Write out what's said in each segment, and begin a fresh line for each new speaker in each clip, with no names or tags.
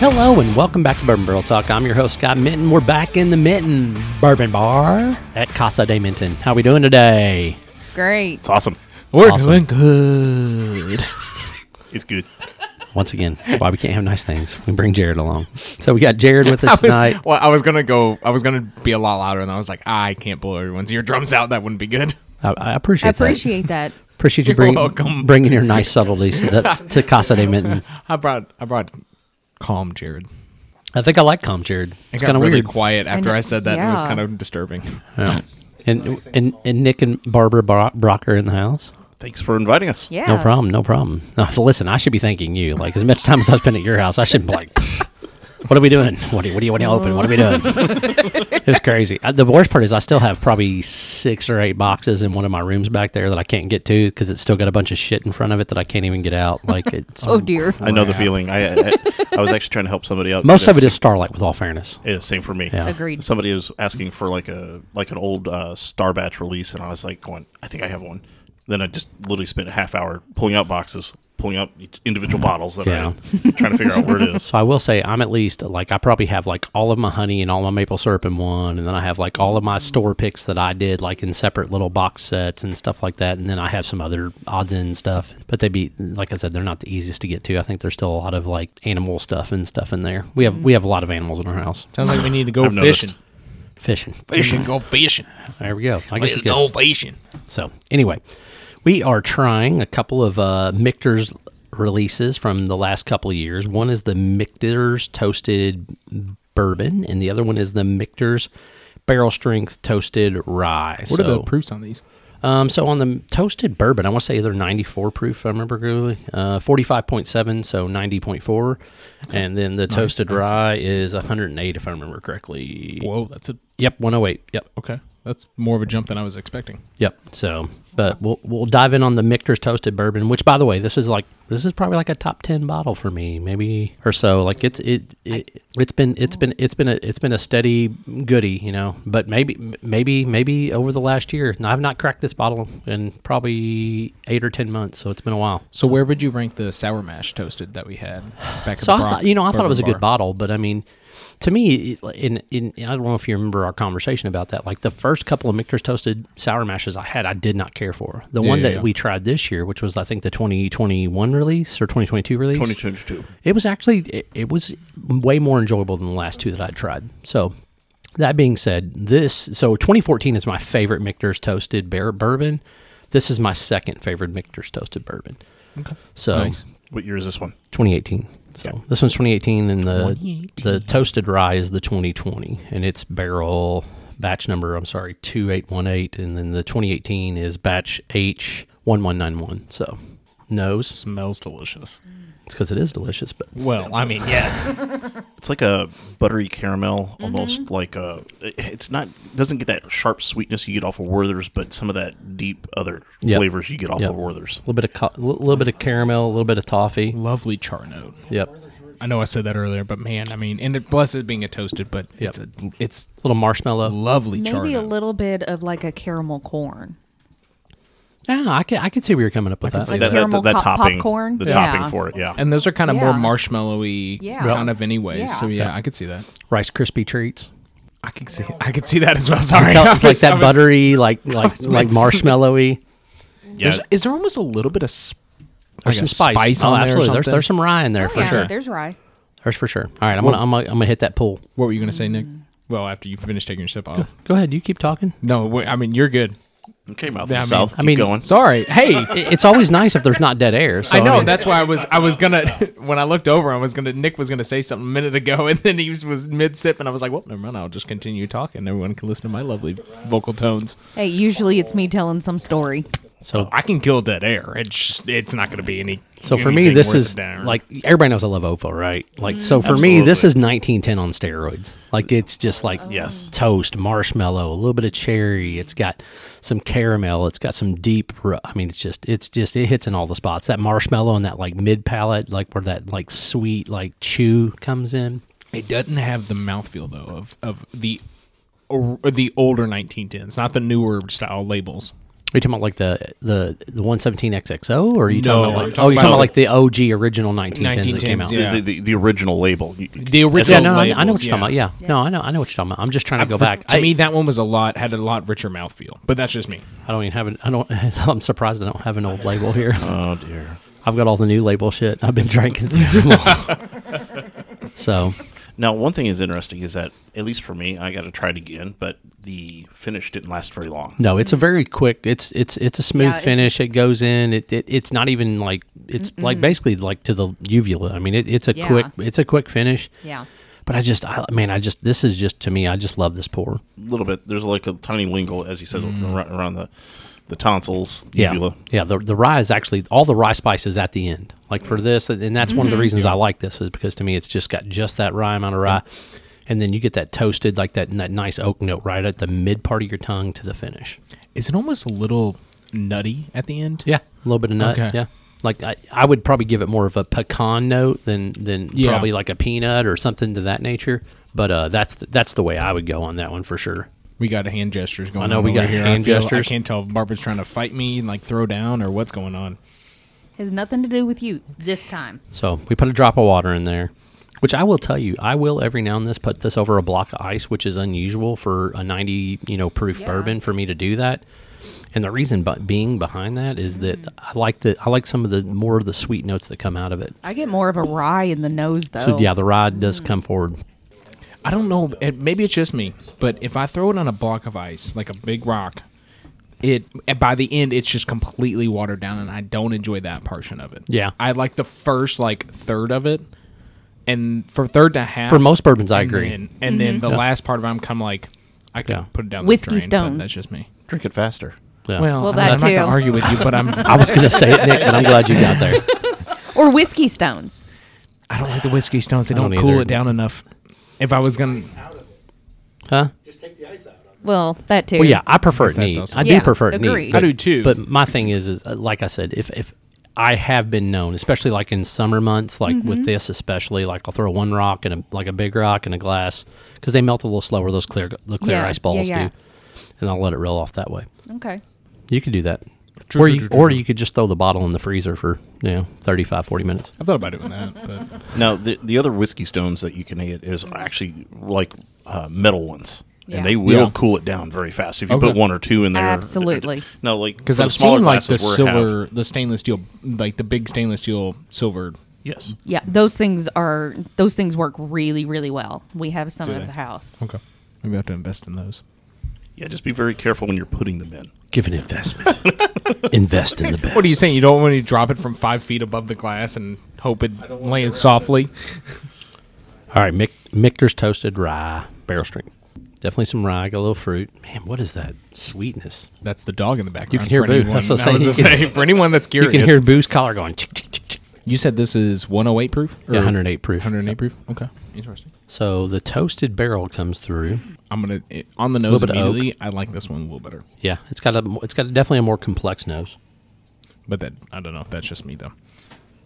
Hello and welcome back to Bourbon Barrel Talk. I'm your host Scott Minton. We're back in the Minton Bourbon Bar at Casa de Minton. How we doing today?
Great.
It's awesome.
We're doing
good. It's good.
Once again, why we can't have nice things? We bring Jared along. So we got Jared with us
I was,
tonight.
Well, I was gonna go. I was gonna be a lot louder, and I was like, ah, I can't blow everyone's eardrums out. That wouldn't be good.
I, I appreciate
I
that.
appreciate that.
appreciate you
You're
bring,
welcome.
bringing your nice subtleties to, that, to Casa de Minton.
I brought. I brought calm, Jared.
I think I like calm Jared.
It
It's
got
kind of
really
weird.
quiet after
know-
I, said that. It was
yeah.
kind of disturbing.
Yeah. And, and and Nick and Barbara Bro- Brocker in the house.
Thanks for inviting us.
Yeah.
No problem. No problem. No, f- listen, I should be thanking you. Like as much time as I spend at your house, I should be like, what are we doing? What do you, what do you want to open? What are we doing? it's crazy. I, the worst part is I still have probably six or eight boxes in one of my rooms back there that I can't get to because it's still got a bunch of shit in front of it that I can't even get out. Like it's
Oh dear.
I know the feeling. I, I I was actually trying to help somebody out.
most of it
That's-
is Starlight. With all fairness,
Yeah, same for me.
Yeah.
Agreed.
Somebody was asking for like a like an old uh, Star Batch release, and I was like, going, I think I have one. Then I just literally spent a half hour pulling out boxes, pulling out each individual bottles that
Yeah.
I'm trying to figure out where it is.
So I will say I'm at least like I probably have like all of my honey and all my maple syrup in one, and then I have like all of my store picks that I did like in separate little box sets and stuff like that, and then I have some other odds and stuff. But they be like I said, they're not the easiest to get to. I think there's still a lot of like animal stuff and stuff in there. We have we have a lot of animals in our house.
Sounds like we need to go
I've noticed.
fishing.
Fishing,
We should go fishing.
There we go. I guess
Let's
it's
go
good.
fishing.
So anyway, we are trying a couple of uh, Michter's releases from the last couple of years. One is the Michter's Toasted Bourbon, and the other one is the Michter's Barrel Strength Toasted Rye.
What are
So-
the proofs on these?
um, so on the toasted bourbon, I want to say they're 94 proof, if I remember correctly. Uh, 45.7, so 90.4. And then the toasted rye is 108, if I remember correctly.
Whoa, that's a
Yep, 108. Yep.
okay. That's more of a jump than I was expecting.
Yep. So, but we'll we'll dive in on the Michter's Toasted Bourbon, which, by the way, this is like this is probably like a top ten bottle for me, maybe or so. Like it's it, it it's been it's been it's been a it's been a steady goodie, you know. But maybe maybe maybe over the last year, and I've not cracked this bottle in probably eight or ten months, so it's been a while.
So where would you rank the sour mash toasted that we had back at
So
the
I
Bronx
thought, you know, I thought it was a
Bourbon
good
Bar?
bottle, but I mean, to me, it- in, in I don't know if you remember our conversation about that. Like the first couple of Michter's toasted sour mashes I had, I did not care for. The
Yeah,
one
yeah,
that
yeah.
we tried this year, which was I think the 2021 release or 2022 release,
2022.
it was actually it, it was way more enjoyable than the last two that I tried. So that being said, this so 2014 is my favorite Michter's toasted bear, bourbon. This is my second favorite Michter's toasted bourbon. So.
Nice.
What year is this one?
2018. So this one's 2018, and the the toasted rye is the 2020, and it's barrel batch number. I'm sorry, 2818, and then the 2018 is batch H1191. So nose,
Smells delicious.
it's because it is delicious, but
Well, I mean, yes.
It's like a buttery caramel,
Mm-hmm.
almost like a. It's not doesn't get that sharp sweetness you get off of Werther's, but some of that deep other
Yep.
flavors you get off
Yep.
of Werther's.
a little bit of co- li- little bit of caramel, a little bit of toffee.
Lovely char note.
Yep,
I know I said that earlier, but man, I mean, and it, bless it being a toasted, but it's a it's
little marshmallow.
lovely char.
Maybe a
note.
little bit of like a caramel corn.
Yeah, Ah, I could I could see where you're coming up with that.
see
Like
The
that, that, that,
caramel
that
co-
topping,
popcorn?
the
Yeah.
topping for it, yeah.
And those are kind of more
Yeah.
marshmallowy,
Yeah.
kind of anyways.
Yeah.
So yeah, I could see that.
Rice crispy treats,
I could see I could see that as well. Sorry, I
like
was- I
that
was-
buttery, like like like
mixing-
marshmallowy.
yeah.
There's, is there almost a little bit of sp- like
There's
a
some spice.
spice
oh,
on there? Or
absolutely.
something? Oh,
there's there's some rye in there for
yeah,
sure.
There's rye.
That's for sure. All right, I'm gonna I'm gonna, I'm gonna hit that pool.
What were you gonna say, Nick?
Mm.
Well, after you finish taking your sip, I'll,
Go ahead, you keep talking.
no, wait, I mean you're good.
Okay, mouth
Yeah, I
of
mean-
the south.
I
Keep
mean,
going.
Sorry. Hey,
I- It's always nice if there's not dead air. So,
I know
mean,
that's why I was I was gonna when I looked over I was gonna Nick was gonna say something a minute ago and then he was, was mid sip and I was like well never mind I'll just continue talking everyone can listen to my lovely vocal tones
Hey, usually it's me telling some story.
so.
I can kill dead air it's just, it's not gonna be any
So for me,
anything
this
worth
is
a darn.
like everybody knows I love Ofa, right? Like, so for me, this is 1910 on steroids. Like, it's just like
Oh. Yes.
toast, marshmallow, a little bit of cherry. It's got some caramel. It's got some deep. ru- I mean, it's just, it's just, it hits in all the spots. That marshmallow and that like mid palate, like where that like sweet like chew comes in.
It doesn't have the mouthfeel though of of the or the older 1910s, not the newer style labels.
Are you talking about like the the the 117XXO, or are you
No,
talking about
we're
like
talking
oh, you're talking
about-
about like the OG original 1910s that came
1910s,
out?
yeah.
The, the, the original label. You-
The
Yeah,
original
no, I, I know
labels,
what you're talking
yeah.
about. Yeah. no, I know, I know what you're talking about. I'm just trying to go
For-
back.
To
I,
me, that one was a lot had a lot richer mouthfeel, but that's just me.
I don't even have an. I don't. I'm surprised I don't have an old label here.
Oh dear.
I've got all the new label shit. I've been drinking through them all. so
Now, one thing is interesting is that at least for me, I got to try it again, but the finish didn't last very long.
no, it's a very quick. It's it's it's a smooth
Yeah, it
finish. it goes in. It, it it's not even like it's like basically like to the uvula. I mean, it, it's a
Yeah.
quick it's a quick finish.
Yeah.
But I just I mean I just this is just to me I just love this pour.
A little bit. There's like a tiny lingual, as you said,
Mm.
ar- around the the tonsils, the
Yeah,
uvula.
yeah. The the rye is actually all the rye spice is at the end. Like for this, and that's one of the reasons I like this is because to me it's just got just that rye amount of rye, and then you get that toasted like that that nice oak note right at the mid part of your tongue to the finish.
Is it almost a little nutty at the end?
Yeah, a little bit of nut.
Okay.
Yeah, like I, I would probably give it more of a pecan note than than
Yeah.
probably like a peanut or something to that nature. But uh, that's the, that's the way I would go on that one for sure.
We got hand gestures going on.
know, we
over
got
here.
hand
I feel-
gestures.
I can't tell if Barbara's trying to fight me and like throw down or what's going on.
Has nothing to do with you this time.
So we put a drop of water in there, which I will tell you, I will every now and then put this over a block of ice, which is unusual for a 90, you know, proof
Yeah.
bourbon for me to do that. And the reason but being behind that is that I like the I like some of the more of the sweet notes that come out of it.
I get more of a rye in the nose though.
So yeah, the rod does come forward.
I don't know. It, maybe it's just me, but if I throw it on a block of ice, like a big rock, it and by the end it's just completely watered down, and I don't enjoy that portion of it.
Yeah.
I like the first like third of it, and for third to half
For most bourbons, I
and
agree. Mm-hmm.
then- and then the last part of it, I'm kind of like, I could
Yeah.
put it down.
Whiskey
the drain, but
stones.
That's just me.
Drink it faster.
Yeah.
Well,
Well, I mean,
that
I'm not
too.
gonna argue with you, but I'm.
I was gonna say it, Nick, but I'm glad you got there.
Or whiskey stones.
I don't like the whiskey stones. They don't,
don't
cool
either.
it down enough. If I was gonna,
Huh?
Just take the ice out. of it.
Well, that too.
Well, yeah, I prefer it
that's
neat.
also-
I
Yeah,
do prefer it
agreed.
neat. but-
I do too.
But my thing is, is uh, like I said, if if I have been known, especially like in summer months, like
Mm-hmm.
with this especially, like I'll throw one rock and a, like a big rock and a glass because they melt a little slower. Those clear the clear
Yeah,
ice
yeah,
balls
yeah.
do, and I'll let it roll off that way.
Okay.
You could do that.
True,
or,
true,
you,
true, true,
or
true.
you could just throw the bottle in the freezer for you know 35 40 minutes
I've thought about doing that. But
Now, the, the other whiskey stones that you can get is actually like uh, metal ones.
Mm-hmm. Yeah.
And they will
Yeah.
cool it down very fast if you
Okay.
put one or two in there.
Absolutely.
No, like
because
for
I've
the smaller
seen like the
glasses where it have-
silver, the stainless steel, like the big stainless steel silver.
Yes.
Yeah, those things are those things work really, really well. We have some
Do
at
they?
the house.
Okay, maybe I have to invest in those.
Yeah, just be very careful when you're putting them in.
give an investment invest in the best
What are you saying? You don't want to drop it from five feet above the glass and hope it lands softly?
All right, Mick, Michter's toasted rye barrel strength. Definitely some rye, got a little fruit. Man, what is that sweetness?
That's the dog in the background.
can hear
for
Boo.
anyone-
That's what I'm
I
saying.
was gonna say, for anyone that's
You
curious,
can hear Boo's collar going. Chick, chick, chick, chick.
You said this is 108 proof.
Yeah,
Or
108 proof.
108 proof. Okay, interesting.
So the toasted barrel comes through.
I'm gonna it- on the nose
bit of oak.
immediately. I like this one a little better,
Yeah, it's got a, mo- it's got definitely a more complex nose.
but that I don't know. That's just me though.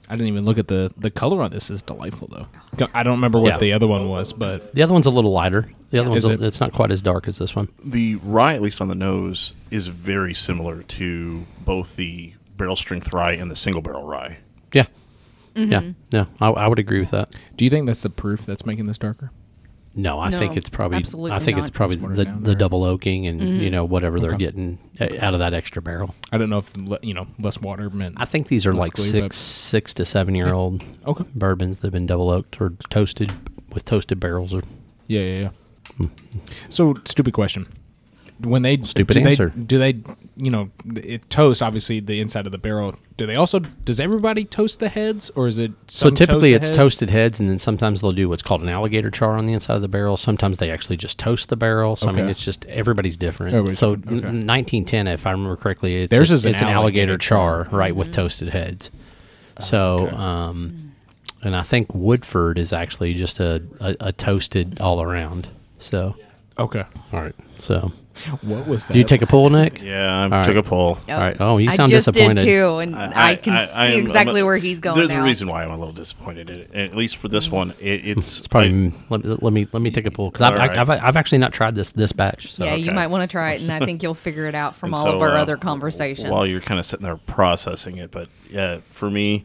I didn't even look at the the color on this. is delightful though. Go- I don't remember what
Oh, Yeah.
the other one was, but
The other one's a little lighter. The other one's
Is
a,
it-
it's not quite as dark as this one.
The rye, at least on the nose, is very similar to both the barrel strength rye and the single barrel rye.
Yeah,
Mm-hmm.
yeah, no, I, I would agree with that.
do you think that's the proof that's making this darker?
No, I
No,
think it's probably
absolutely
I think
not. Mm-hmm.
it's probably
Watered
the,
down
the
there.
double oaking and you know whatever they're
Okay.
getting uh, out of that extra barrel.
I don't know if le- you know less water meant.
I think these are like
Basically, but-
six six to seven year old
Okay.
bourbons that have been double oaked or toasted with toasted barrels or
Yeah, yeah, yeah. So stupid question. When they
Stupid
do they-
answer.
do they you know it toast obviously the inside of the barrel? Do they also does everybody toast the heads or is it
So
some
typically
toast
it's
the heads?
toasted heads, and then sometimes they'll do what's called an alligator char on the inside of the barrel. Sometimes they actually just toast the barrel. So I mean,
Okay.
it's just everybody's different.
Everybody's
so
different, okay.
n- 1910, if I remember correctly, it's,
Theirs
a-
is an
it's an alligator,
alligator
char,
Ah,
right, with toasted heads. So, um, and I think Woodford is actually just a, a, a toasted all around. So,
Okay.
all right, so
What was that?
Do you take a pull, Nick?
Yeah, I
All
took
right.
a poll.
All right. Oh, you sound
I just
disappointed.
did too, and I, can see
am-
exactly
I'm a-
where he's going
There's
now. Mm-hmm.
a reason why I'm a little disappointed. In it. At least for this one, it, it's,
It's probably
I-
let, me- let me let me take a pull because I've,
All right.
I've, I've actually not tried this this batch. So
yeah, you
okay.
might want to try it, and I think you'll figure it out from
And
all
so,
of our
uh,
other conversations.
While you're kind of sitting there processing it, but yeah, for me,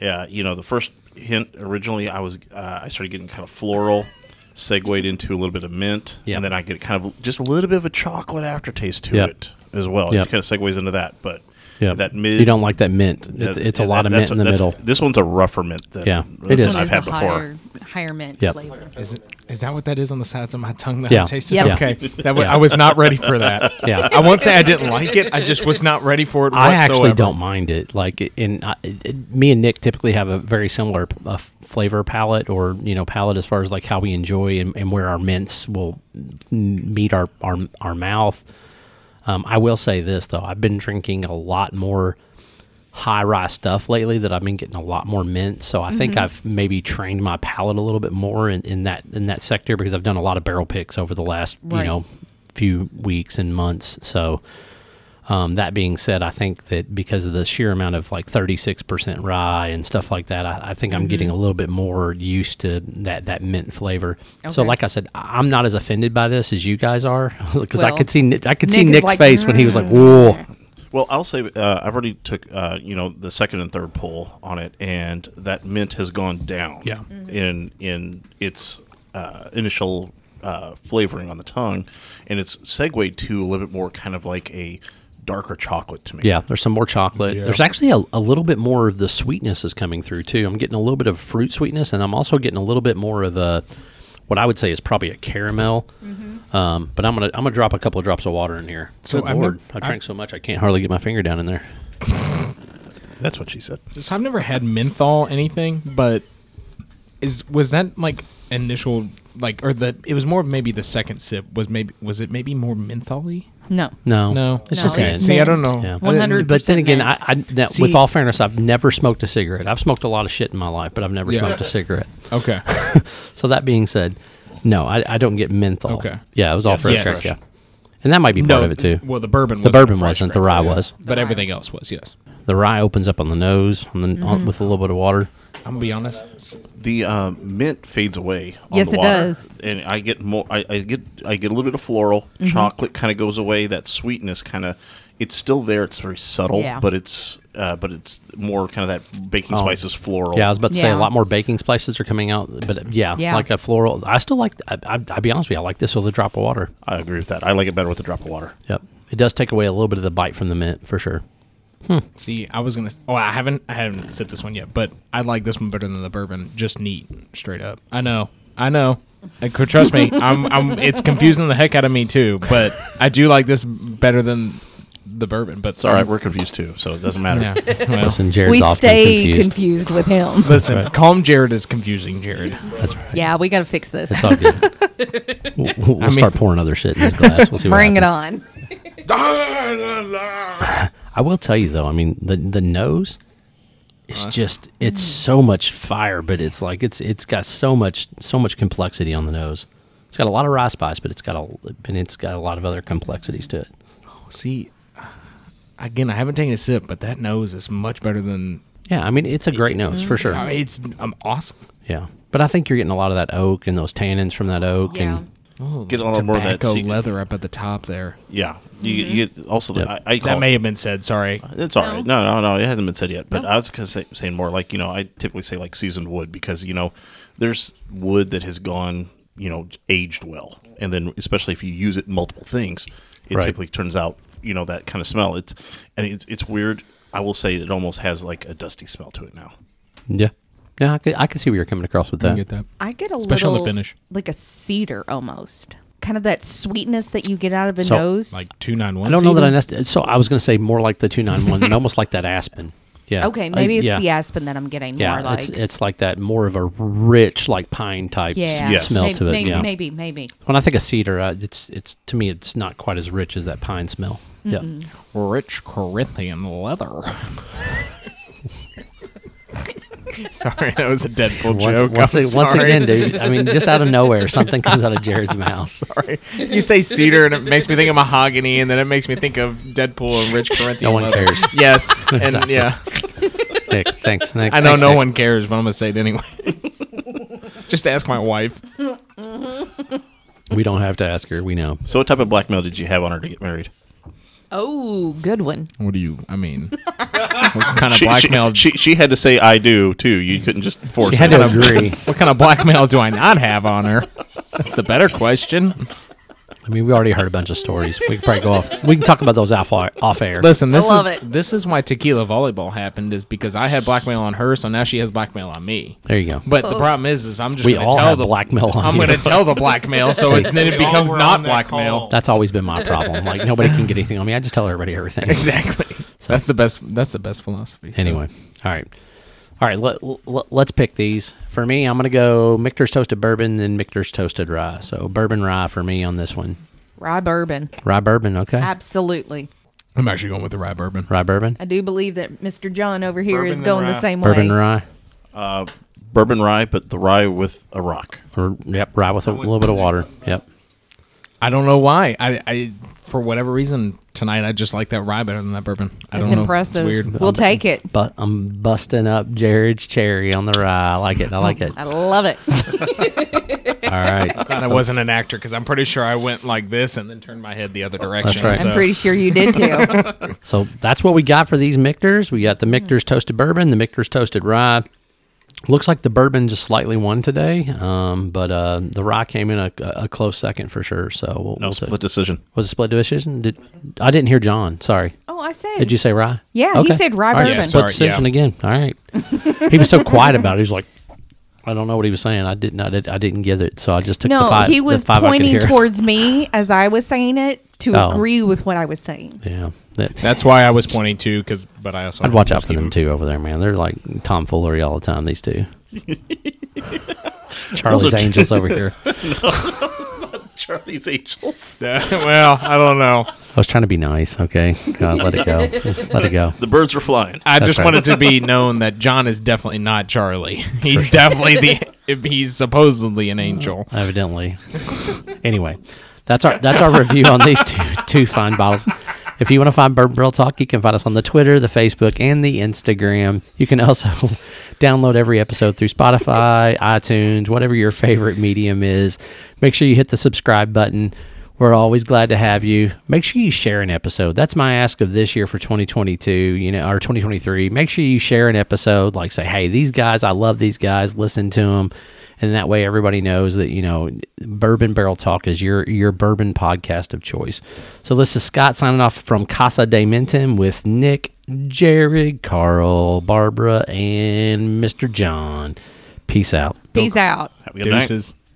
yeah, you know, the first hint originally, I was uh, I started getting kind of floral, segued into a little bit of mint,
Yeah.
and then I get kind of just a little bit of a chocolate aftertaste to
Yeah.
it as well.
Yeah.
It kind of segues into that, but
yeah,
that mid
you don't like that mint. It's,
that-
it's a
that-
lot of mint
that's-
in the
that's-
middle.
This one's a rougher mint than
Yeah,
the
it
one
is.
This
I've
one
had
is a
before.
higher, higher mint
Yep.
flavor.
Is it? Is that what that is on the sides of my tongue that
Yeah.
I tasted?
Yep. Yeah.
Okay, that was, I was not ready for that.
Yeah.
I won't say I didn't like it. I just was not ready for it.
I actually
whatsoever.
don't mind it. Like, it- and I, it, it- me and Nick typically have a very similar p- uh, f- flavor palette, or you know, palette as far as like how we enjoy and, and where our mints will n- meet our our, our mouth. Um, I will say this though, I've been drinking a lot more high rye stuff lately that I've been getting a lot more mint. So I think I've maybe trained my palate a little bit more in, in that in that sector because I've done a lot of barrel picks over the last you
Right.
know few weeks and months. So um, that being said, I think that because of the sheer amount of like 36% rye and stuff like that, I, I think
Mm-hmm.
I'm getting a little bit more used to that, that mint flavor. So,
Okay.
like I said, I- I'm not as offended by this as you guys are because I
Well,
could see Ni- I could see
Nick is
Nick's
like, "Mm."
face when he was like, "Whoa,
Well, I'll say uh, I've already took uh, you know the second and third pull on it, and that mint has gone down.
Yeah.
In in its uh, initial uh, flavoring on the tongue, and it's segued to a little bit more kind of like a darker chocolate to me.
yeah." There's some more chocolate.
Yeah.
There's actually a, a little bit more of the sweetness is coming through too. I'm getting a little bit of fruit sweetness, and I'm also getting a little bit more of a what I would say is probably a caramel.
Mm-hmm.
Um, but I'm gonna I'm gonna drop a couple of drops of water in here.
So
Good
I've
lord,
nev-
I drank so much I can't hardly get my finger down in there.
that's what she said.
So I've never had menthol anything, but is was that like initial like or the it was more of maybe the second sip was maybe was it maybe more mentholy?
No.
No,
No,
it's
No,
just
it's
mint.
See, I don't
mint.
know.
Yeah.
I didn't-
100%
But then again, I,
mint.
I that, with
See-
all fairness, I've never smoked a cigarette. I've smoked a lot of shit in my life, but I've never
Yeah.
smoked a cigarette.
Okay.
So that being said, no, I, I don't get menthol.
Okay.
Yeah, it was all
Yes,
fresh,
yes.
Yeah, and that might be part of it too.
Well, the bourbon
The bourbon wasn't. The rye was.
but everything else was. Yes.
The rye opens up on the nose, and then on, with a little bit of water.
I'm gonna be honest. s-
The um, mint fades away. On
Yes,
the
it
water,
does. Mm-hmm.
And I get more. I, I get. I get a little bit of floral. Chocolate kind of goes away. That sweetness kind of. It's still there. It's very subtle,
Yeah.
but it's. Uh, but it's more kind of that baking
Oh.
spices floral.
Yeah, I was about to say
Yeah.
a lot more baking spices are coming out, but uh, yeah,
Yeah.
like a floral. I still like. I, I, I'll be honest with you, I like this with a drop of water.
I agree with that. I like it better with a drop of water.
Yep, it does take away a little bit of the bite from the mint for sure.
See, I was gonna. s- Oh, I haven't. I haven't sipped this one yet, but I like this one better than the bourbon. Just neat, straight up. I know. I know. Like, cr- trust me. I'm. I'm. It's confusing the heck out of me too. But I do like this better than the bourbon. But
It's all right. We're confused too, so it doesn't matter.
Yeah. well,
Listen, Jared's
we
often
stay
confused.
confused. with him.
listen. Calm, Jared is confusing, Jared.
That's right.
yeah, we got to fix this.
It's all good. we'll we'll
I mean-
start pouring other shit in this glass. We'll see.
Bring
what
it
happens.
on.
I will tell you though. I mean, the the nose is just it's so much fire, but it's like it's it's got so much so much complexity on the nose. It's got a lot of rye spice, but it's got a and it's got a lot of other complexities to it.
See, again, I haven't taken a sip, but that nose is much better than.
Yeah, I mean, it's a great nose for sure.
Mm-hmm.
I mean, it's um, awesome.
Yeah, but I think you're getting a lot of that oak and those tannins from that oak.
Yeah.
And
Oh,
Get a little more of that
tobacco
sea-
leather up at the top there.
Yeah. You, you get also the,
Yep.
I, I call
That may have been said. Sorry.
It's all right. no. No, no, It hasn't been said yet. But I was gonna say, saying more like you know, I typically say like seasoned wood because you know, there's wood that has gone you know aged well, and then especially if you use it in multiple things, it
Right.
typically turns out you know that kind of smell. It's and it's, it's weird. I will say it almost has like a dusty smell to it now.
yeah, yeah, I could, I could see where you're coming across with that.
Get that.
I get a
Especially on the
little
finish.
like a cedar almost. Kind of that sweetness that you get out of the
So,
nose.
Like two nine one.
I don't know that I nest. So I was going to say more like the two nine one, and almost like that aspen. Yeah.
okay, maybe
I,
it's
yeah.
the aspen that I'm getting
Yeah,
more like.
it's it's like that more of a rich like pine type
yeah.
s- smell
May-
to it.
may-
yeah.
Maybe, maybe.
When I think of cedar, uh, it's it's to me it's not quite as rich as that pine smell. Yeah.
Rich Corinthian leather. Sorry, that was a Deadpool
Once,
joke.
once,
I'm
a- once
sorry.
again, dude. I mean, just out of nowhere, something comes out of Jared's mouth.
Sorry. You say cedar, and it makes me think of mahogany, and then it makes me think of Deadpool and Rich Corinthian.
No one
leather.
cares.
Yes, and
Exactly.
yeah,
Nick, thanks, Nick.
I know
Thanks,
no
Nick.
one cares, but I'm gonna say it anyway. Just ask my wife.
We don't have to ask her. We know.
So, what type of blackmail did you have on her to get married?
Oh, good one.
What do you? I mean, what kind of
She, she-
blackmail?
she, she had to say "I do" too. You couldn't just force.
She had
it.
to agree.
what kind of blackmail do I not have on her? That's the better question.
I mean, we already heard a bunch of stories. We can probably go off. We can talk about those off off air.
Listen, this
love
is
it.
this is why tequila volleyball happened is because I had blackmail on her, so now she has blackmail on me.
There you go.
But
Oh.
the problem is, is I'm just
We
gonna
all
tell
have
the
blackmail on
I'm
you.
gonna tell the blackmail, so it, then it
We all
becomes
were
not
on that
blackmail.
call.
That's always been my problem. Like nobody can get anything on me. I just tell everybody everything.
Exactly. That's the best. That's the best philosophy. so.
Anyway, all right, all right. Let, let, let's pick these. For me, I'm gonna go Michter's toasted bourbon, then Michter's toasted rye. So bourbon rye for me on this one.
Rye bourbon.
Rye bourbon, okay.
Absolutely.
I'm actually going with the rye bourbon.
rye bourbon,
I do believe that Mr. John over here
Bourbon
is
and
going the
rye.
same
bourbon
way.
rye,
bourbon rye, but the rye with a rock.
or yep, rye with a little bit of water. Yep.
I don't know why. I, I for whatever reason tonight I just like that rye better than that bourbon. I
It's
don't know.
impressive.
It's weird.
We'll take it.
But I'm busting up Jared's cherry on the rye. I like it. I like it.
I love it.
All right.
And I wasn't an actor because I'm pretty sure I went like this and then turned my head the other direction.
right.
so-
I'm pretty sure you did too.
So that's what we got for these Mictors. We
Hmm.
got the Mictors toasted bourbon, the Mictors toasted rye. Looks like the bourbon just slightly won today, um, but uh, the rye came in a, a close second for sure. So we'll,
No
we'll take-
split decision.
was it split decision? Did I didn't hear John? Sorry.
Oh, I said.
Did you say rye?
Yeah, he said rye
All right,
bourbon. Yeah,
split
sorry,
decision
yeah.
again. All right. he was so quiet about it. He was like, I don't know what he was saying. I didn't. I, did, I didn't get it. So I just took the
No,
five.
he was
the five I could
pointing
hear.
towards me as I was saying it to
Oh.
agree with what I was saying.
Yeah. That,
That's why I was pointing to because, but I also
I'd watch out for them too over there, man. They're like tomfoolery all the time. These two. Charlie's
Those are-
Angels over here. I
Charlie's Angels.
well, I don't know.
was trying to be nice. Okay, God, let it go. Let it go.
The birds were flying.
I
That's
just
right.
wanted to be known that John is definitely not Charlie. He's definitely the. He's supposedly an angel.
Evidently. Anyway, that's our that's our review on these two two fine bottles. If you want to find Bourbon Barrel Talk, you can find us on the Twitter, the Facebook, and the Instagram. You can also download every episode through Spotify, iTunes, whatever your favorite medium is. Make sure you hit the subscribe button. We're always glad to have you. Make sure you share an episode. That's my ask of this year for 2022, you know, or 2023. Make sure you share an episode. Like say, hey, these guys, I love these guys. Listen to them, and that way everybody knows that you know, Bourbon Barrel Talk is your your bourbon podcast of choice. So this is Scott signing off from Casa de Menton with Nick, Jared, Carl, Barbara, and Mr. John. Peace out.
Peace out.
Have a good night.
Deuces.